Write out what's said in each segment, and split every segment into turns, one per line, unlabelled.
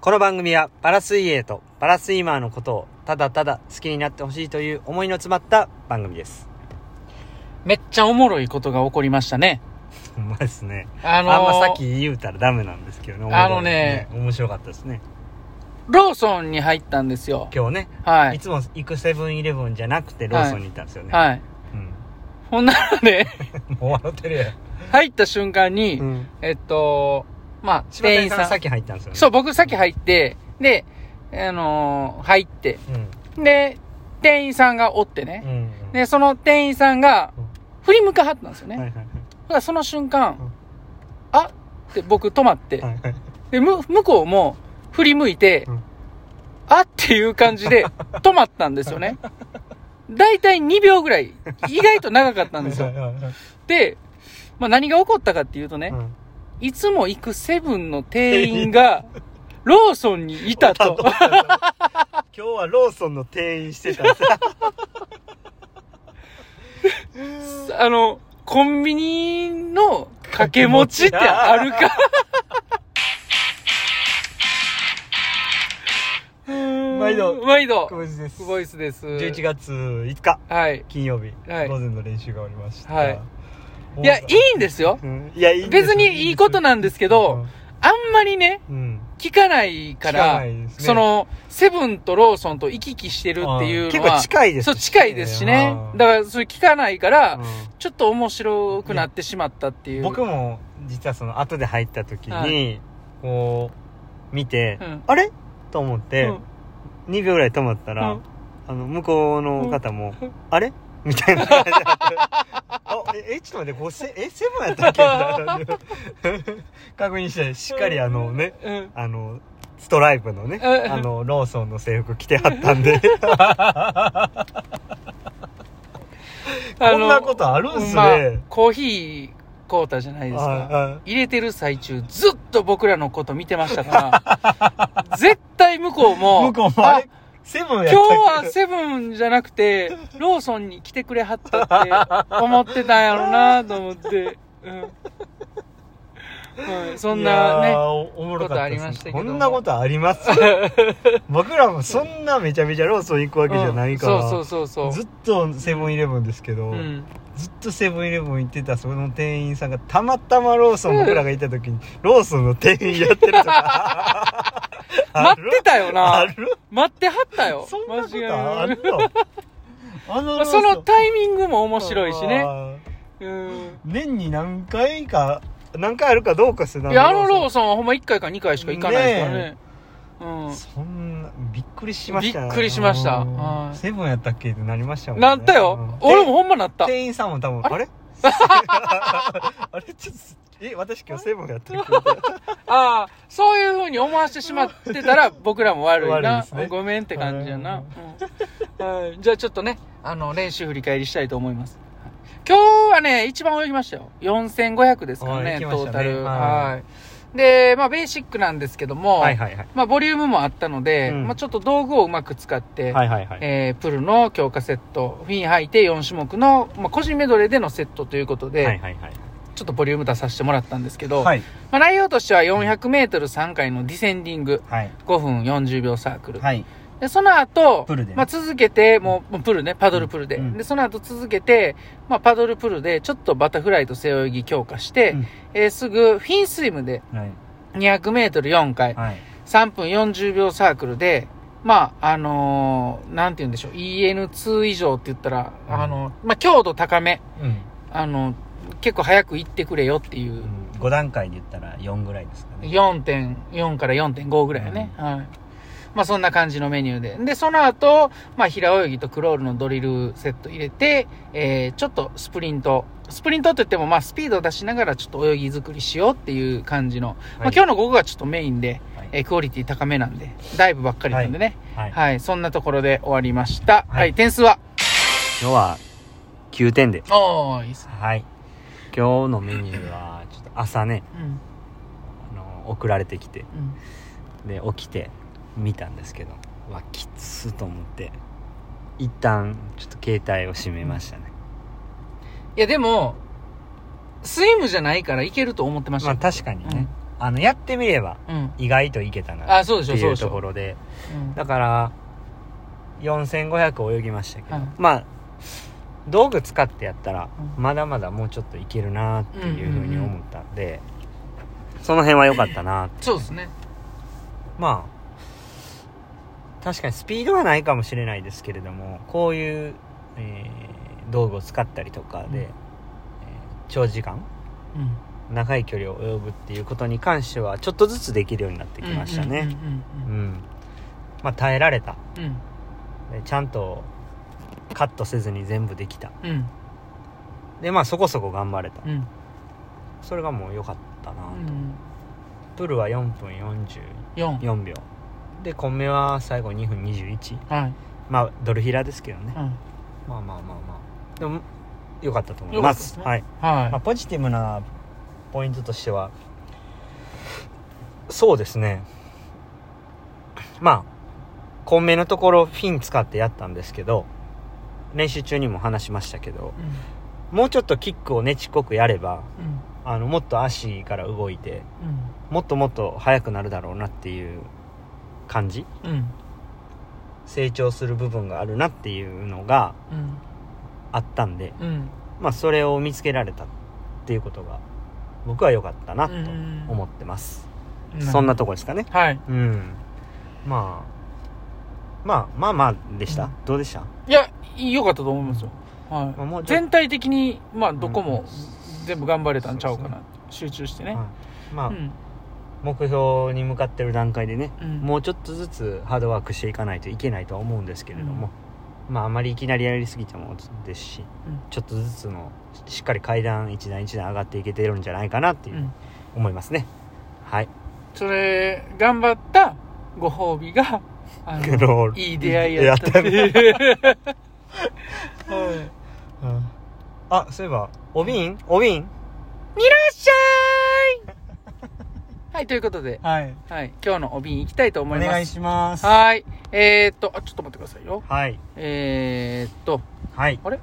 この番組はパラ水泳とパラスイマーのことをただただ好きになってほしいという思いの詰まった番組です。
めっちゃおもろいことが起こりましたね。
ほんまですね。
あ
あ
のー
んまさっき言うたらダメなんですけどね。面白い
あのね
面白かったですね。
ローソンに入ったんですよ。
今日ね、
はいい。
つも行くセブンイレブンじゃなくてローソンに行ったんですよね。
はい。
うん
ほんならね、
もう笑ってるや
入った瞬間に、
ん。うん。
えっと、まあ、
柴
店
谷
員
さ
さ
ん
ん。
先入ったんですよね。
そう、僕先入って、で、あのー入って。
うん。うん。
で、店員さんがおって
う
ね。
ん。
で、その店員さんが
うん、
振り向かはったんですよ
はいは
ね。
いはい
だからその瞬
うん
間、あって僕止まって
は、いはい。
で、む、向こうも振り向いて、
うん
あっていう感じで止まったんです よね。だいたい2秒ぐらい、意外と長かったんですよ。で、まあ、何が起こったかっていうとね、
うん
いつも行くセブンの店員が、ローソンにい たと。
今日はローソンの店員してたんですよ
あの、コンビニの掛け持ちってあるか。
毎度
毎度。
久保井です
クボイスです。
11月5日
はい。
金曜日、
はい
午前の練習がおりました、
はい
大阪、
いや、いいんですよ。
うんいやいいんです
別にいいことなんですけど、あんまりね、
うんうん
聞かないか、
聞からないですね
その、セブンとローソンと行き来してるっていう
結
のは、
構近いです
そう、近いですしね。
うん
だから、それ聞かないから、
うん
ちょっと面白くなってしまったっていう。
僕も実はその後で入った時に、
は
こう見て、
うん
あれと思っ
うん、
て、2秒ぐらい止まったら、
うん
あの向こうの方も、
うん
あれみた いな感じだったあええちょっと待ってこうせえセブンやったっけみ たいな確認してしっかりあのね
うん。
あのストライプのね
うん
あのローソンの制服着てはったん で
あ
こんなことあるんすね、
コーヒー買うたじゃないです
はい
か。
はい
入れてる最中、ずっと僕らのこと見てました から、絶対向こうも、
向こうもあ
あ
れセブンやったっけ
今日はセブンじゃなくて、ローソンに来てくれはったって思ってたんやろなと思って。うん。はいそんない
やー
ね。
おおもろかったです
ことありましたけど
こ
も
んなことあります僕らもそんなめちゃめちゃローソン行くわけじゃないから、
うんそうそうそうそ
ず
う。
っとセブンイレブンですけど、
うん。
ずっとセブンイレブン行ってたその店員さんがたまたまローソン僕らがいた 時にローソンの店員やってるとかあ
待
る
ってたよ
あ
な。
る
待ってはったよ。
そんなことあ
間違いな
る
く
のあのローソ
そ
ン
のタイミングも面白いしね。
あー
うん。
年に何回か何回あるかどうかする
いや、あのロー
ソ
ソンはほんま1回か2回しか行かないですからね。うん。
そんなびっくりしましたね
びっくりしました
うん
はい
セブンやったっけってなりましたもんね
なったよ。
うん
俺もほんまなった。
店員さんも多分あ
あ
れあれ ちょっとえ私今日セブンやったっけみたいな
ああ、そういうふうに思わせてしまって たら、僕らも悪い
悪い
な。
ですね
ごめんって感じやな
は。
うんはいじゃあちょっとね、あの、練習振り返りしたいと思います。今日はね、一番泳ぎましたよ。4500ですから
はい
ね、
行きまし
ト
たね
ータル。
はい
はい。で、まあ、ベーシックなんですけども、
はいはいはい
まあ、ボリュームもあったので、
うん
まあ、ちょっと道具をうまく使って、
はいはいはい
えープルの強化セット、フィン履いて4種目の、まあ、個人メドレーでのセットということで、
はいはいはい
ちょっとボリューム出させてもらったんですけど、
はい
まあ、内容としては 400m3 回のディセンディング
はい
5分40秒サークル、
はい
でその後
プルでね
まあ、続けてもうもうプルねパドルプルで,、
うん
でその後続けて、まあ、パドルプルでちょっとバタフライと背泳ぎ強化して、
うん
えーすぐフィンスイムで 200m4 回、
はい
3分40秒サークルでまああのーなんて言うんでしょう EN2 以上って言ったら、
うん
あのまあ、強度高め
うん
あの結構早く行ってくれよっていう
5段階で言ったら4ぐらいですかね
4.4から4.5ぐらいやね、はいまあそんな感じのメニューででその後、まあ平泳ぎとクロールのドリルセット入れて、えーちょっとスプリントスプリントって言ってもまあスピードを出しながらちょっと泳ぎ作りしようっていう感じの、まあ、今日の午後がちょっとメインで、
はい
えークオリティ高めなんでダイブばっかりなんでね
は
はい、
い
そんなところで終わりまし
は
たはいい、点数は
今日は9点で
おーいいっす、
はい今日のメニューはちょっと朝ね
うん
あの送られてきて
うん、
で起きて見たんですけどうわきつと思って一旦ちょっと携帯を閉めましたね、
いやでもスイムじゃないからいけると思ってました
まあ確かにね、あのやってみれば
うん。
意外といけたな
あ、
っ
そうでしてょ、そう
い
で
う
し
とこ
ょ。
ろで
うん
だから4500泳ぎましたけど、
うん
まあ道具使ってやったら
う
まだまだもうちょっといけるなっていうふうに思ったんで、その辺は良かったな
そうですね。
まあ確かにスピードはないかもしれないですけれどもこういう、えー道具を使ったりとかで、
うん
えー長時間
うん。
長い距離を泳ぐっていうことに関してはちょっとずつできるようになってきましたね。
うん
う
うんん
まあ耐えられた
うん
でちゃんとカットせずに全部できた
うん。うん。
でまあそこそこ頑張れた、
うん。うん
それがもう良かったな、
うん。
プルは4分
四。
44秒でコンメは最後2分21
はい。
まあドルヒラですけどね、
う
ま
ん。
あまあまあまあでも良かったと思います
良か
はい、 まあ、
は
ポジティブなポイントとしてはそうですねまあコンメのところフィン使ってやったんですけど練習中にも話しましたけど
い。うん
もうちょっとキックをねちっこくやれば
うん
あのもっと足から動いてもっともっと速くなるだろうなっていう感じ
うんうん
成長する部分があるなっていうのが
うん
あったんで
うん
まあそれを見つけられたっていうことが僕は良かったなと
うん
思ってます、そんなとこですかね
はい
うんまあまあまあまあでした、
うん
どうでした
いや良かったと思いますよ、は
まあもう
い、
ちょっと
全体的にまあどこも全部頑張れたんちゃうか
そう
な集中してね、
はいまあ、
うん
目標に向かってる段階でね
うん
もうちょっとずつハードワークしていかないといけないとは思うんですけれども、まああまりいきなりやりすぎてもですし、
うん
ちょっとずつのしっかり階段一段一段上がっていけてるんじゃないかなっていううん思いますね、はい
それ頑張ったご褒美があ
グロー
の
ル
いい出会いやったっていう はいい
あそういえばおびんおびん
らっしゃいはいということで、
はい
はい、今日のお瓶行きたいと
お
思います
願いしますは
はいえー、っとあちょっと待ってくださいよ
い
えー、っと
はい
あれ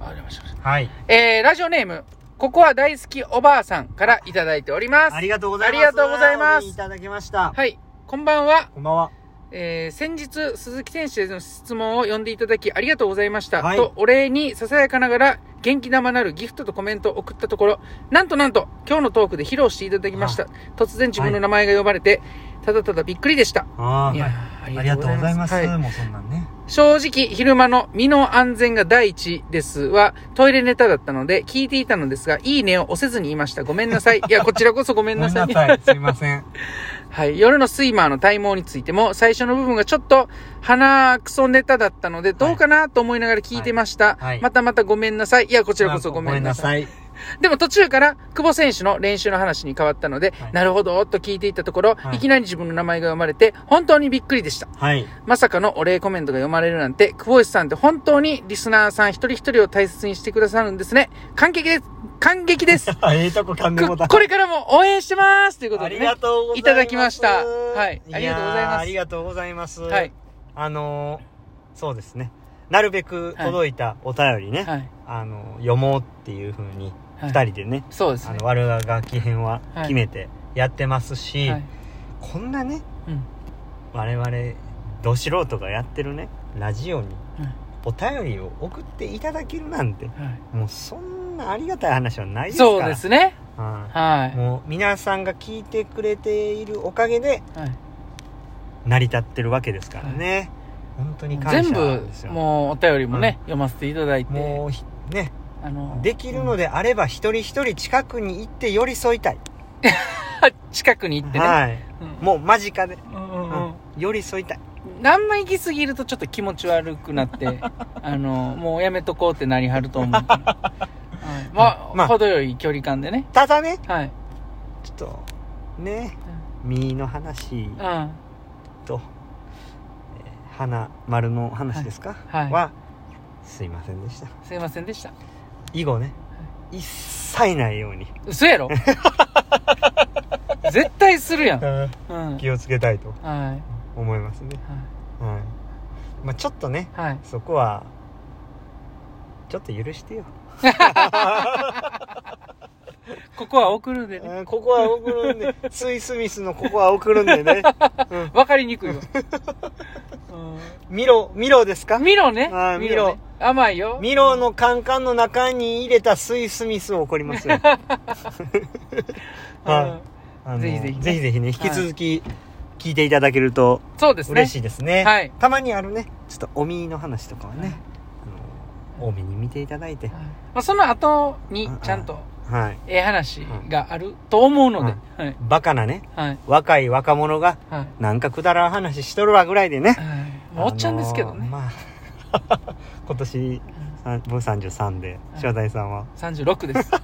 あありました
はい
えー、ラジオネーム、ここは大好きおばあさんからいただいております。
ありがとうございます
ありがとうございます
おびんいただきました、
はい、こんばんは。
こんばんは
えー、先日、鈴木選手への質問を読んでいただきありがとうございました。
はい
と、お礼にささやかながら、元気玉なるギフトとコメントを送ったところ、なんとなんと、今日のトークで披露していただきました。突然自分の名前が呼ばれて、ただただびっくりでした。
あー
いや
はい
ー
ありがとうございます、
はい
もうそんなんね
正直、昼間の身の安全が第一ですは、トイレネタだったので、聞いていたのですが、いいねを押せずにいました。ごめんなさい。いや、こちらこそごめ
ご
ん
め
なんさ。
ないさいすいません
はい。夜のスイマーの体毛についても、最初の部分がちょっと鼻くそネタだったので、どうかなと思いながら聞いてまし
はい
た。
はい
またまたごめんなさい。いや、こちらこそごめんなさい。
い
でも途中から、久保選手の練習の話に変わったので、
はい
なるほど、と聞いていたところ、
はい
いきなり自分の名前が生まれて、本当にびっくりでした。
はい
まさかのお礼コメントが読まれるなんて、久保石さんって本当にリスナーさん一人一人を大切にしてくださるんですね。感激です感激です
あええとこ噛 んでも
こ
うた
これからも応援してますということ
あ
で
り
ね
が。とうございます。
いただきましたはいありがとうございます
やーありがとうございます。
はい。。
あのーそうですね。なるべく届いたお便りね、
はい。
あのー読もうっていうふうに、
はい
二人でね、
そうです
あ
ね
の、。悪が楽器編は
はい
決めてやってますし、
はい
こんなね、
うん
我々、ど素人がやってるね、ラジオに、お便りを送っていただけるなんて、
は
もうそんなありがたい話はない
い
ですから。
そうですね。
は。
はい
もう皆さんが聞いてくれているおかげで、
い。はい
成り立ってるわけですからね、本当に感謝
全部
です、よ
もうお便りも
うん
ね、読ませていただいて、
もうひね
あの、
できるの
で、
であれば一人一人近くに行って寄り添いたい、
近くに行ってね。
はい
うん
もう間近で、
うんうん
う
うん
ん寄り添いたい
あんま行き過ぎるとちょっと気持ち悪くなって、 あの、もうやめとこうってなりはる と思うから。はい、まあ、
まあ
程よい距離感でね。
ただね
はい。
ちょっとね身の話
うん。は
と、えー花丸の話ですか、
い。
すいませんでした
すいませんでした。
以後ね一切ないように、
嘘やろ絶対するやん。うん。はい。
気をつけたいと
はい。
思いますね、はいまあ、ちょっとね
はい。
そこはちょっと許してよ
ここは送るんでね。
うんここは送るん で、スイスミスのここは送るんでね。うん
わかりにくい わ。
ミロ、ミロです
う
か
んミロね
あー。ミロ
ね。甘いよ。
ミロのカンカンの中に入れたスイスミスを送り ますよ。
うん。
はあの
ぜひぜひね
ぜひぜひね、引き続き聞いていただけると
そうですね。
嬉しいですね。
はい
たまにあるね、ちょっとおみの話とかはね、あの多めに見ていただいて
は。いまあ、その後にちゃんと
はい。
ええ話があると思うので、はい、
バカなね、
はい、
若い若者が
はい。
なんかくだらん話しとるわぐらいでね。
はいもうおっちゃんですけど
あのー
ね。
まあ、 今年、さん僕33で、
はい
正太さんは。
36です。はい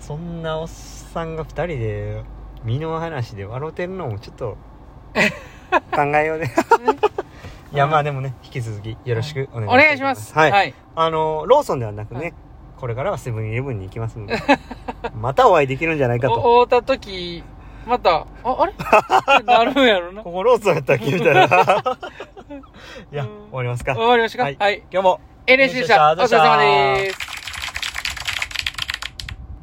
そんなおっさんが2人で身の話で笑うてるのもちょっ と考えようねいやまあでもね引き続き よろしくお
お
願
願
い
い
し
し
ま
ますす。
はい、
はい。
あのローソンではなくね、
はい
これからはセブンイレブンに行きますのでまたお会いできるんじゃないかと
お会うた時、また、あ、あれ ってなるんやろな。
ここローソンやったっけみた いないや終わりますか
わかりましたか
はい
はい。
今日も
NHC でした。お疲れ様です。